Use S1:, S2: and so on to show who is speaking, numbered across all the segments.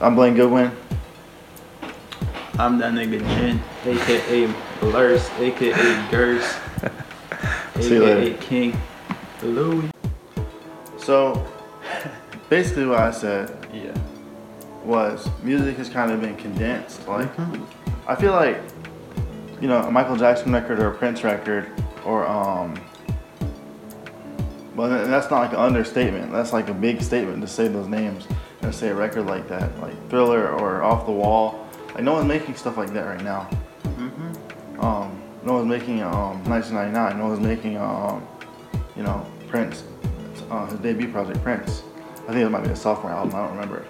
S1: I'm Blaine Goodwin.
S2: I'm that nigga Jen, aka Blurs, aka Gers,
S1: See you
S2: aka
S1: later.
S2: King Louis.
S1: So, basically, what I said
S2: Yeah.
S1: was music has kind of been condensed. Like, I feel like, you know, a Michael Jackson record or a Prince record or, um, but th- that's not like an understatement. That's like a big statement to say those names and say a record like that, like Thriller or Off the Wall. Like, no one's making stuff like that right now. Um, no one's making um, 1999. No one's making um, you know Prince, uh, his debut project Prince. I think it might be a sophomore album. I don't remember.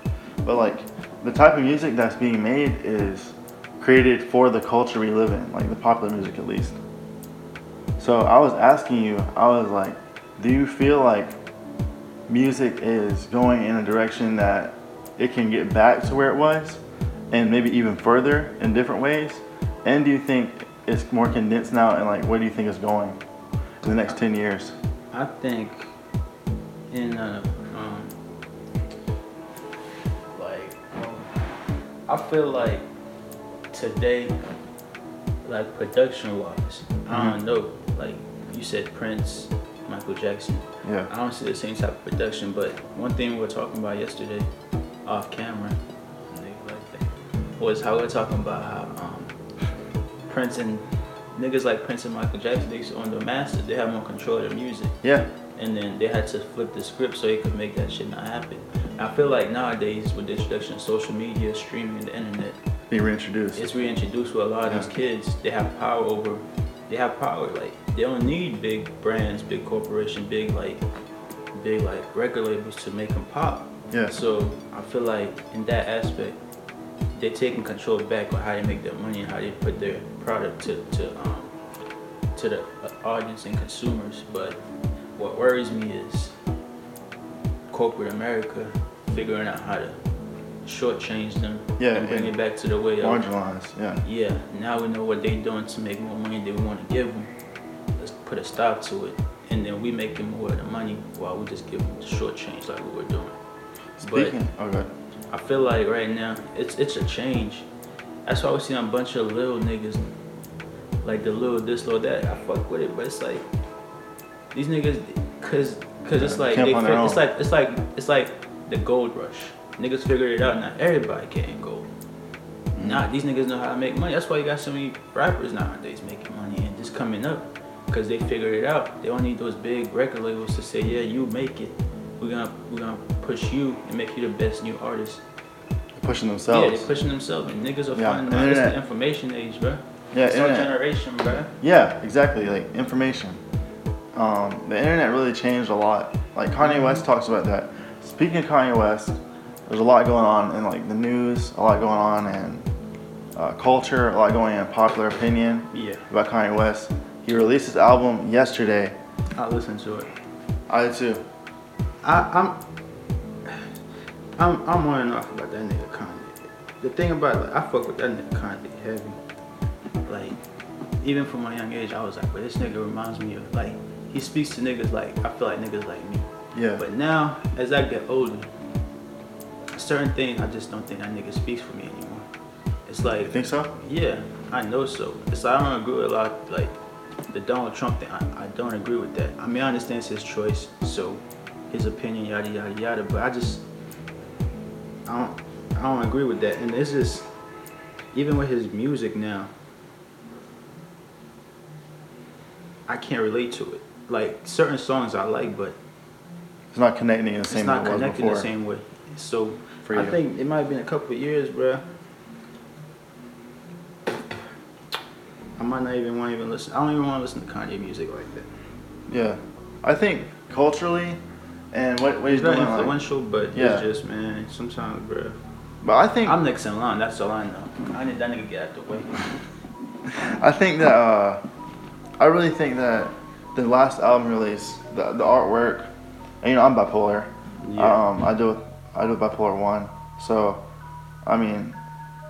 S1: But like the type of music that's being made is created for the culture we live in, like the popular music at least. So I was asking you, I was like, do you feel like music is going in a direction that it can get back to where it was and maybe even further in different ways? And do you think it's more condensed now and like where do you think it's going in the next 10 years?
S2: I think in a, um, like, um, I feel like today, like production wise, I
S1: Mm-hmm.
S2: don't know. Like you said, Prince, Michael Jackson.
S1: Yeah.
S2: I don't see the same type of production, but one thing we were talking about yesterday, off camera, nigga like that, was how we are talking about how um, Prince and niggas like Prince and Michael Jackson, they used to own the masters, they have more control of the music
S1: Yeah.
S2: and then they had to flip the script so they could make that shit not happen. I feel like nowadays with the introduction of social media, streaming, and the internet,
S1: Be reintroduced.
S2: it's reintroduced where a lot of these kids they have power over. They have power. Like they don't need big brands, big corporation, big like, big like record labels to make them pop.
S1: Yeah.
S2: So I feel like in that aspect, they're taking control back on how they make their money and how they put their product to to um, to the uh, audience and consumers. But what worries me is corporate America figuring out how to shortchange them
S1: Yeah,
S2: and bring
S1: and
S2: it back to the way of
S1: Marginalized. Yeah.
S2: yeah. Now we know what they doing to make more money than we want to give them. Let's put a stop to it, and then we making more of the money while we just give them the short change like we were doing.
S1: Speaking. Oh, good.
S2: I feel like right now it's it's a change. That's why we see a bunch of little niggas, like the little this, little that. I fuck with it, but it's like these niggas, cause cause it's
S1: Yeah,
S2: like
S1: camp
S2: they
S1: on their
S2: fi- it's
S1: own.
S2: like it's like it's like the gold rush. Niggas figured it out. Now everybody can gold.
S1: Mm.
S2: Now these niggas know how to make money. That's why you got so many rappers nowadays making money and just coming up, cause they figured it out. They don't need those big record labels to say, yeah, you make it. We're gonna we're gonna push you and make you the best new artist.
S1: Pushing
S2: Yeah,
S1: themselves.
S2: they're pushing themselves, and niggas are
S1: Yeah,
S2: finding out. It's the
S1: internet.
S2: information age, bro.
S1: Yeah,
S2: it's our
S1: internet.
S2: generation, bro.
S1: Yeah, exactly. Like information. Um, the internet really changed a lot. Like Kanye West talks about that. Speaking of Kanye West, there's a lot going on in like the news, a lot going on in uh, culture, a lot going in popular opinion
S2: Yeah,
S1: about Kanye West. He released his album yesterday.
S2: I listen to it.
S1: I did too.
S2: I, I'm, I'm, I'm on and off about that nigga Kanye. The thing about like, I fuck with that nigga Kanye heavy. Like, even from my young age, I was like, but this nigga reminds me of like, he speaks to niggas like I feel like niggas like me.
S1: Yeah.
S2: But now, as I get older, certain things I just don't think that nigga speaks for me anymore. It's like
S1: You think so?
S2: Yeah, I know so. It's I don't agree with a lot like the Donald Trump thing. I, I don't agree with that. I mean I understand it's his choice, so his opinion, yada yada yada. But I just I don't I don't agree with that. And it's just even with his music now, I can't relate to it. Like certain songs I like, but
S1: It's not connecting in the
S2: it's
S1: same way
S2: not
S1: it was
S2: connected the
S1: before.
S2: same way. So
S1: For
S2: I
S1: you.
S2: think it might have been a couple of years, bruh. I might not even want to even listen. I don't even want to listen to Kanye music like that.
S1: Yeah. I think culturally and what, what he's
S2: He's very
S1: doing. Like,
S2: influential, but
S1: Yeah.
S2: it's just man. Sometimes, bruh.
S1: but I think
S2: I'm next in line. That's all I know. I need that nigga get out the way.
S1: I think that uh, I really think that the last album release, the, the artwork, and you know I'm bipolar.
S2: Yeah.
S1: Um, I do I do bipolar one, so I mean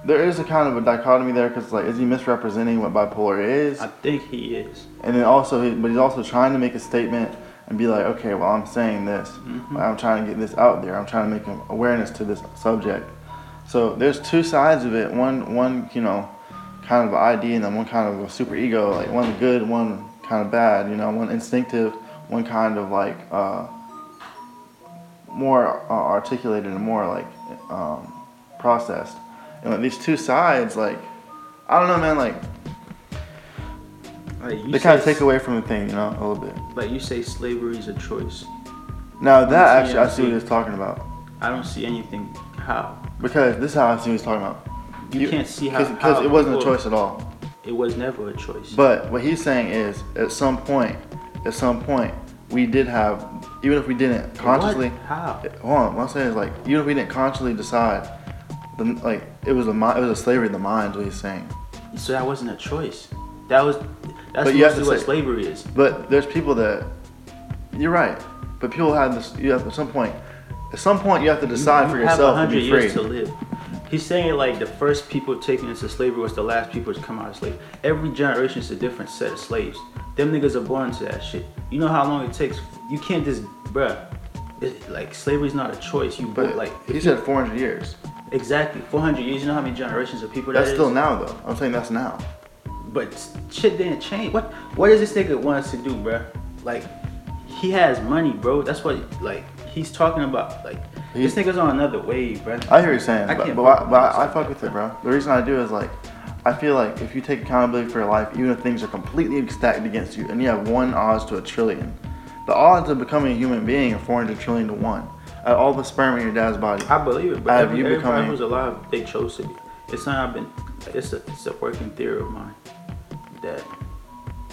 S1: there is a kind of a dichotomy there because like is he misrepresenting what bipolar is,
S2: I think he is.
S1: and then also he, but he's also trying to make a statement and be like okay well I'm saying this, I'm trying to get this out there, I'm trying to make an awareness to this subject. So there's two sides of it. One one you know, kind of ID, and then one kind of a super ego. Like one good, one kind of bad. You know, one instinctive, one kind of like uh, more uh, articulated and more like um, processed. And like these two sides, like I don't know, man. Like
S2: Like you
S1: they kind of
S2: say-
S1: take away from the thing, you know, a little bit.
S2: Like you say, slavery is a choice.
S1: Now that
S2: see,
S1: actually,
S2: I
S1: I see what
S2: see.
S1: he was talking about
S2: I don't see anything how
S1: because this is how I see what he's talking about.
S2: You can't see how-
S1: because
S2: how
S1: it wasn't a
S2: before.
S1: choice at all.
S2: it was never a choice.
S1: But what he's saying is, at some point, at some point, we did have, even if we didn't consciously,
S2: What? how
S1: hold on, what I'm saying is like, even if we didn't consciously decide, the, like it was a mi- it was a slavery of the mind. is What he's saying.
S2: so that wasn't a choice. That was that's
S1: But you have
S2: mostly
S1: to
S2: what
S1: say-
S2: slavery is.
S1: But there's people that, you're right. But people have this. You have at some point, at some point, you have to decide for
S2: You have
S1: yourself to
S2: 100
S1: be free.
S2: years to live. He's saying it like the first people taken into slavery was the last people to come out of slavery. Every generation is a different set of slaves. Them niggas are born to that shit. You know how long it takes. You can't just, bruh. It, like slavery's not a choice. You
S1: but
S2: but like
S1: he said 400 years.
S2: exactly 400 years. You know how many generations of people that
S1: That's
S2: is?
S1: still now though. I'm saying that's now.
S2: But shit didn't change. What what does this nigga want us to do, bruh? Like he has money, bro. That's what like he's talking about. Like this
S1: He-
S2: nigga's on another wave, bruh.
S1: I hear you saying,
S2: I
S1: but,
S2: can't
S1: but, I,
S2: fuck
S1: but
S2: with this
S1: I, I
S2: like
S1: fuck with it, bro. The reason I do is like, I feel like if you take accountability for your life, even if things are completely stacked against you, and you have one odds to a trillion, the odds of becoming a human being are 400 trillion to one. At all the sperm in your dad's body,
S2: I believe it, but
S1: Have
S2: every,
S1: you
S2: everybody
S1: become a-
S2: who's alive, they chose to be. It's not I've been. It's a it's a working theory of mine that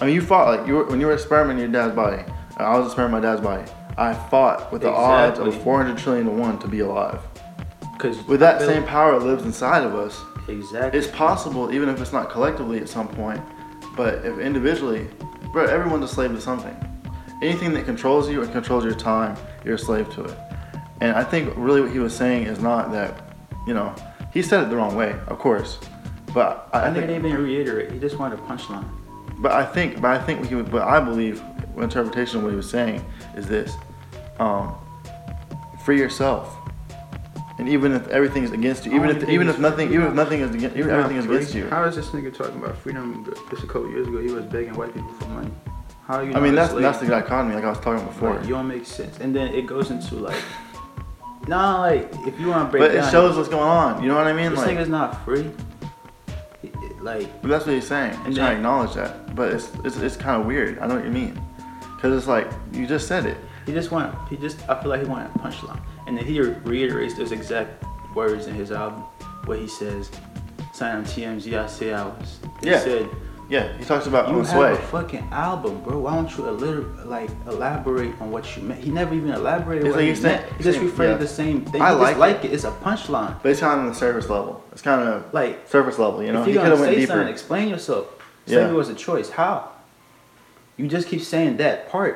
S1: I mean, you fought like you were, when you were a sperm in your dad's body, and I was a sperm in my dad's body. I fought with the odds of
S2: Exactly.
S1: 400 trillion to one to be alive.
S2: because
S1: With that same power that lives inside of us,
S2: exactly.
S1: it's possible, even if it's not collectively at some point, but if individually, bro, everyone's a slave to something. Anything that controls you and controls your time, you're a slave to it. And I think really what he was saying is not that, you know, he said it the wrong way, of course, but I,
S2: I
S1: I
S2: think they
S1: think,
S2: didn't even reiterate. He just wanted a punchline.
S1: but I think, but I think what he, was- but I believe what interpretation of what he was saying is this: um, free yourself. And even if everything is against you,
S2: I
S1: even
S2: don't
S1: if
S2: think
S1: even
S2: he's
S1: if nothing,
S2: free.
S1: even if nothing is against, even
S2: You're not
S1: everything is
S2: free.
S1: against you.
S2: How is this nigga talking about freedom? Just a couple years ago, he was begging white people for money. How are you?
S1: I mean,
S2: not a
S1: that's
S2: slave?
S1: that's the dichotomy, like I was talking before.
S2: Like, you don't make sense. And then it goes into like, nah, like if you want to break
S1: But it
S2: down,
S1: shows what's going on. You know what I mean?
S2: this
S1: Like,
S2: nigga's not free. It- it- Like
S1: but that's what he's saying. He's trying
S2: And
S1: to
S2: then-
S1: acknowledge that, but it's it's, it's kind of weird. I know what you mean, because it's like you just said it.
S2: he just wanted, he just, I feel like he wanted a punchline. And then he reiterates those exact words in his album where he says, sign on TMZ, I say I was. He
S1: Yeah.
S2: said,
S1: Yeah, he talks about
S2: You
S1: on
S2: have
S1: sway.
S2: a fucking album, bro. Why don't you eliter- like elaborate on what you meant? He never even elaborated
S1: It's
S2: what
S1: like
S2: he
S1: he's
S2: meant.
S1: saying-
S2: He just
S1: saying-
S2: referred
S1: yeah.
S2: to the same thing.
S1: I
S2: He just
S1: like
S2: it. It's a punchline.
S1: But it's kind of on the surface level. It's kind of
S2: Like,
S1: surface level. You know,
S2: if
S1: he
S2: you're
S1: could have
S2: gonna say
S1: went
S2: something,
S1: deeper.
S2: explain yourself.
S1: Yeah.
S2: Slavery was a choice. How? You just keep saying that part,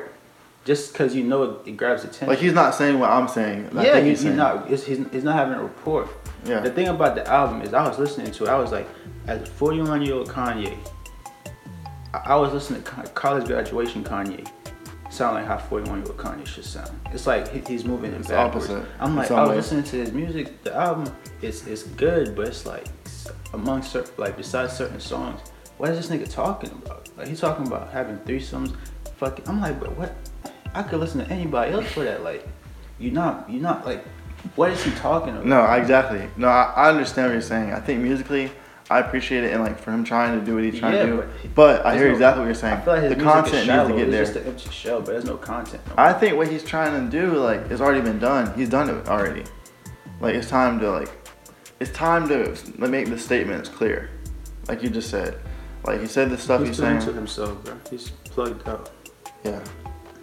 S2: just because you know it, it grabs attention.
S1: Like he's not saying what I'm saying. I
S2: yeah,
S1: think he's
S2: he- he's
S1: saying.
S2: not. He's, he's, he's not having a rapport.
S1: Yeah.
S2: The thing about the album is, I was listening to it. I was like, as a 41 year old Kanye, I, I was listening to Con- college graduation Kanye. Sound like how 41 year old Kanye should sound. It's like he, he's moving in
S1: It's
S2: backwards.
S1: opposite, in
S2: I'm like,
S1: some
S2: I was
S1: ways.
S2: listening to his music. The album is is good, but it's like s- among certain, like besides certain songs, what is this nigga talking about? Like he's talking about having threesomes. Fucking, I'm like, but what? I could listen to anybody else for that. Like, you're not, you're not like, what is he talking about?
S1: No, I- exactly. No, I, I understand what you're saying. I think musically, I appreciate it, and like for him trying to do what he's trying
S2: Yeah,
S1: to do.
S2: but-
S1: But I
S2: There's
S1: hear
S2: no-
S1: exactly what you're saying.
S2: I feel like his
S1: the
S2: music is
S1: content needs to
S2: shallow.
S1: get there.
S2: It's just an empty shell, but there's no content. No
S1: I think what he's trying to do, like, is already been done. He's done it already. Like, it's time to, like, it's time to like, make the statements clear. Like you just said. Like, he said the stuff
S2: more.
S1: he's
S2: He's too
S1: saying.
S2: into himself, bro. He's plugged out.
S1: Yeah.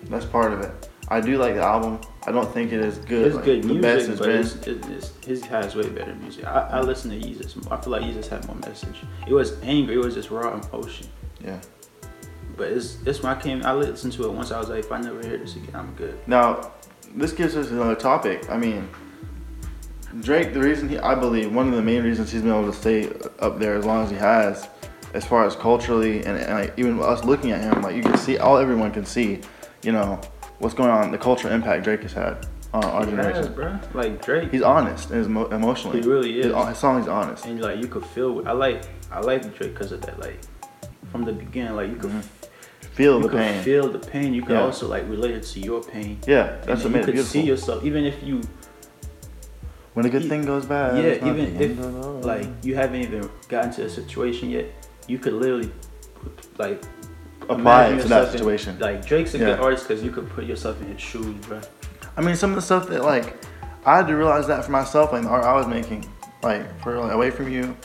S1: That's part of it. I do like the album. I don't think it is good.
S2: It's
S1: like,
S2: good
S1: the
S2: music,
S1: best it's
S2: but
S1: been.
S2: it's, it's, it's, his has way better music. I, I listen to Jesus. more. I feel like Jesus had more message. It was angry. It was just raw emotion.
S1: Yeah.
S2: But it's this when I came. I listened to it once. I was like, if I never hear this again, I'm good.
S1: Now, this gives us another topic. I mean, Drake, the reason he, I believe, one of the main reasons he's been able to stay up there as long as he has, as far as culturally and, and like, even us looking at him, like you can see, all everyone can see, you know, what's going on, the cultural impact Drake has had. uh, our
S2: He
S1: generation.
S2: has, bro. Like Drake,
S1: He's honest and emo- emotionally.
S2: He really
S1: His,
S2: is.
S1: his song is honest.
S2: and like you could feel. I like I like Drake because of that. Like from the beginning, like you could
S1: Mm-hmm. Feel
S2: you
S1: the
S2: could
S1: pain.
S2: feel the pain. You could
S1: Yeah.
S2: also like relate it to your pain.
S1: yeah, that's what
S2: and
S1: made
S2: you
S1: it
S2: could
S1: beautiful.
S2: see yourself, even if you
S1: when a good
S2: e-
S1: thing goes bad.
S2: yeah,
S1: it's not
S2: even
S1: the
S2: if
S1: end of the world.
S2: like you haven't even gotten to a situation yet, you could literally like
S1: apply
S2: imagine
S1: it to that
S2: yourself in-
S1: situation.
S2: like Drake's a good
S1: Yeah.
S2: artist because you could put yourself in his shoes, bro.
S1: I mean, some of the stuff that like I had to realize that for myself, like the art I was making, like for like, away from you,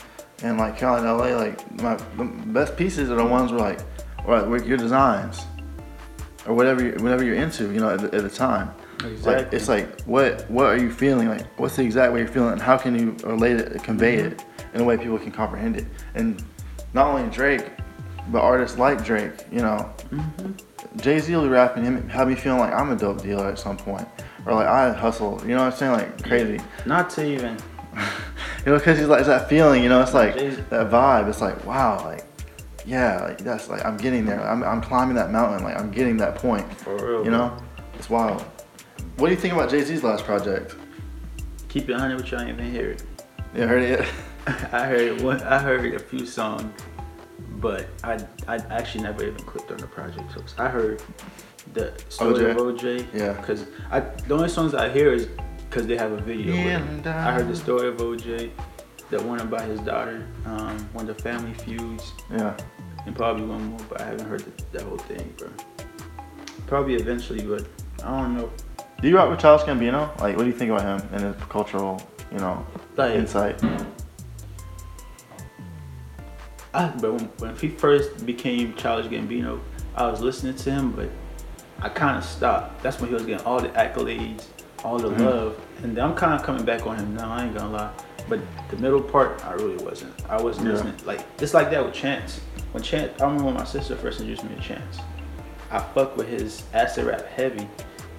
S1: and like kind of like LA, like my the best pieces are the ones where like, or like with your designs, or whatever you, whatever you're into, you know, at the, at the time. Like
S2: Exactly.
S1: it's like what what are you feeling? Like what's the exact way you're feeling? And how can you relate it, convey it in a way people can comprehend it? And not only Drake, but artists like Drake, you know, Jay Z will be rapping him, have me feeling like I'm a dope dealer at some point, or like I hustle. You know what I'm saying? Like crazy.
S2: Not to even
S1: You know, because he's like it's that feeling. You know, it's like
S2: Jay-Z-
S1: that vibe. It's like wow, like yeah, like that's like I'm getting there. I'm I'm climbing that mountain. Like I'm getting that point.
S2: for real.
S1: You
S2: bro.
S1: know, it's wild. What do you think about Jay Z's last project?
S2: keep it hundred with you. I ain't even hear it.
S1: You heard it? yet?
S2: I heard one. I heard a few songs, but I I actually never even clicked on the project. So I heard the story of OJ.
S1: Yeah.
S2: Cause I the only songs I hear is cause they have a video. with
S1: Yeah,
S2: it.
S1: I'm down.
S2: I heard the story of OJ, that one about his daughter, um, one of the family feuds,
S1: Yeah.
S2: and probably one more. But I haven't heard the, that whole thing, bro. Probably eventually, but I don't know.
S1: Do you rock with Charles Gambino? Like, what do you think about him and his cultural, you know,
S2: Like
S1: insight?
S2: I, Ah, but when, when he first became Childish Gambino, I was listening to him, but I kind of stopped. That's when he was getting all the accolades, all the
S1: Mm-hmm.
S2: love, and I'm kind of coming back on him now. I ain't gonna lie, but the middle part, I really wasn't. I wasn't
S1: Yeah.
S2: listening. Like it's like that with Chance. When Chance, I remember when my sister first introduced me to Chance. I fuck with his acid rap heavy,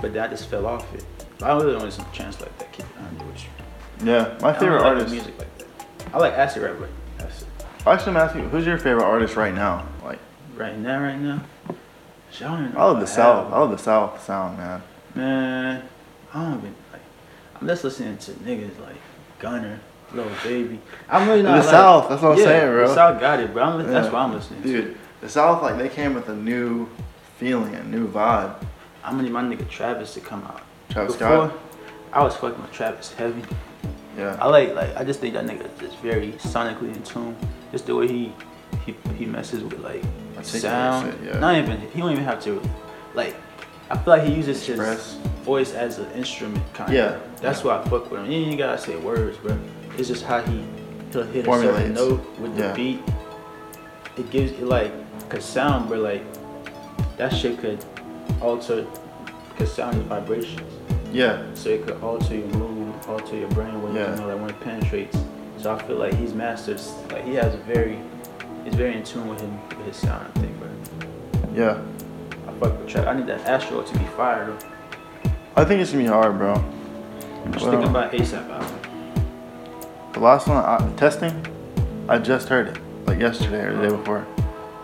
S2: but then I just fell off it. I don't really don't listen to Chance like that. Keep it on you.
S1: Yeah, my
S2: I don't
S1: favorite
S2: like
S1: artist.
S2: music like that. I like acid rap, but that's it.
S1: Actually, Matthew, who's your favorite artist right now? Like,
S2: Right now, right now. Shit, I don't even know
S1: I love
S2: if
S1: the
S2: have
S1: South. I
S2: one.
S1: love the South sound, man.
S2: Man, I don't even like. I'm just listening to niggas like Gunner, Lil Baby. I'm really not
S1: The
S2: like-
S1: South, that's what I'm
S2: Yeah,
S1: saying, bro.
S2: The South got it, bro. I'm, That's
S1: Yeah.
S2: what I'm listening to.
S1: Dude, the South, like, they came with a new feeling, a new vibe.
S2: I'm gonna need my nigga Travis to come out.
S1: Travis
S2: Before,
S1: Scott.
S2: I was fucking with Travis heavy. I
S1: Yeah.
S2: like like I just think that nigga is just very sonically in tune. Just the way he he, he messes with like
S1: Articulates
S2: sound.
S1: it, yeah.
S2: Not even he don't even have to like I feel like he uses his
S1: Express.
S2: voice as an instrument kind
S1: Yeah,
S2: of. That's why I fuck with him. You ain't even gotta say words, bro. It's just how he he'll hit a certain
S1: Formulates.
S2: note with
S1: Yeah.
S2: the beat. It gives it like cause sound, but like that shit could alter cause sound is vibrations.
S1: Yeah.
S2: So it could alter your mood, alter your brain when
S1: Yeah.
S2: you know like when it penetrates. So I feel like he's mastered like he has a very he's very in tune with him with his sound, I think, bro.
S1: Yeah.
S2: I fuck with Travis. I need that Astro to be fired up.
S1: I think it's gonna be hard, bro.
S2: I'm just
S1: Well-
S2: thinking about ASAP album.
S1: The last one, I, testing, I just heard it, like yesterday or the day before.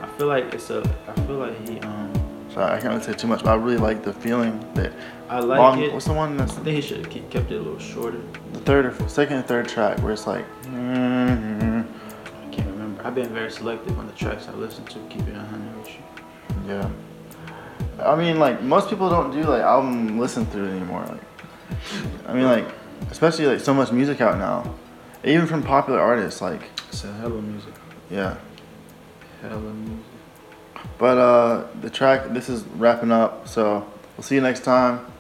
S2: I feel like it's a I feel like he um
S1: So I can't really say too much, but I really like the feeling that.
S2: I like
S1: long,
S2: it.
S1: What's the one that's
S2: I think he should have kept it a little shorter.
S1: the third or second and third track where it's like. mm-hmm.
S2: I can't remember. I've been very selective on the tracks I listen to, keep it 100 with you.
S1: Yeah. I mean, like most people don't do like album listen through anymore. Like, I mean, like especially like so much music out now, even from popular artists. Like,
S2: It's a hella music.
S1: yeah.
S2: Hella music.
S1: But uh, the track. This is wrapping up. So we'll see you next time.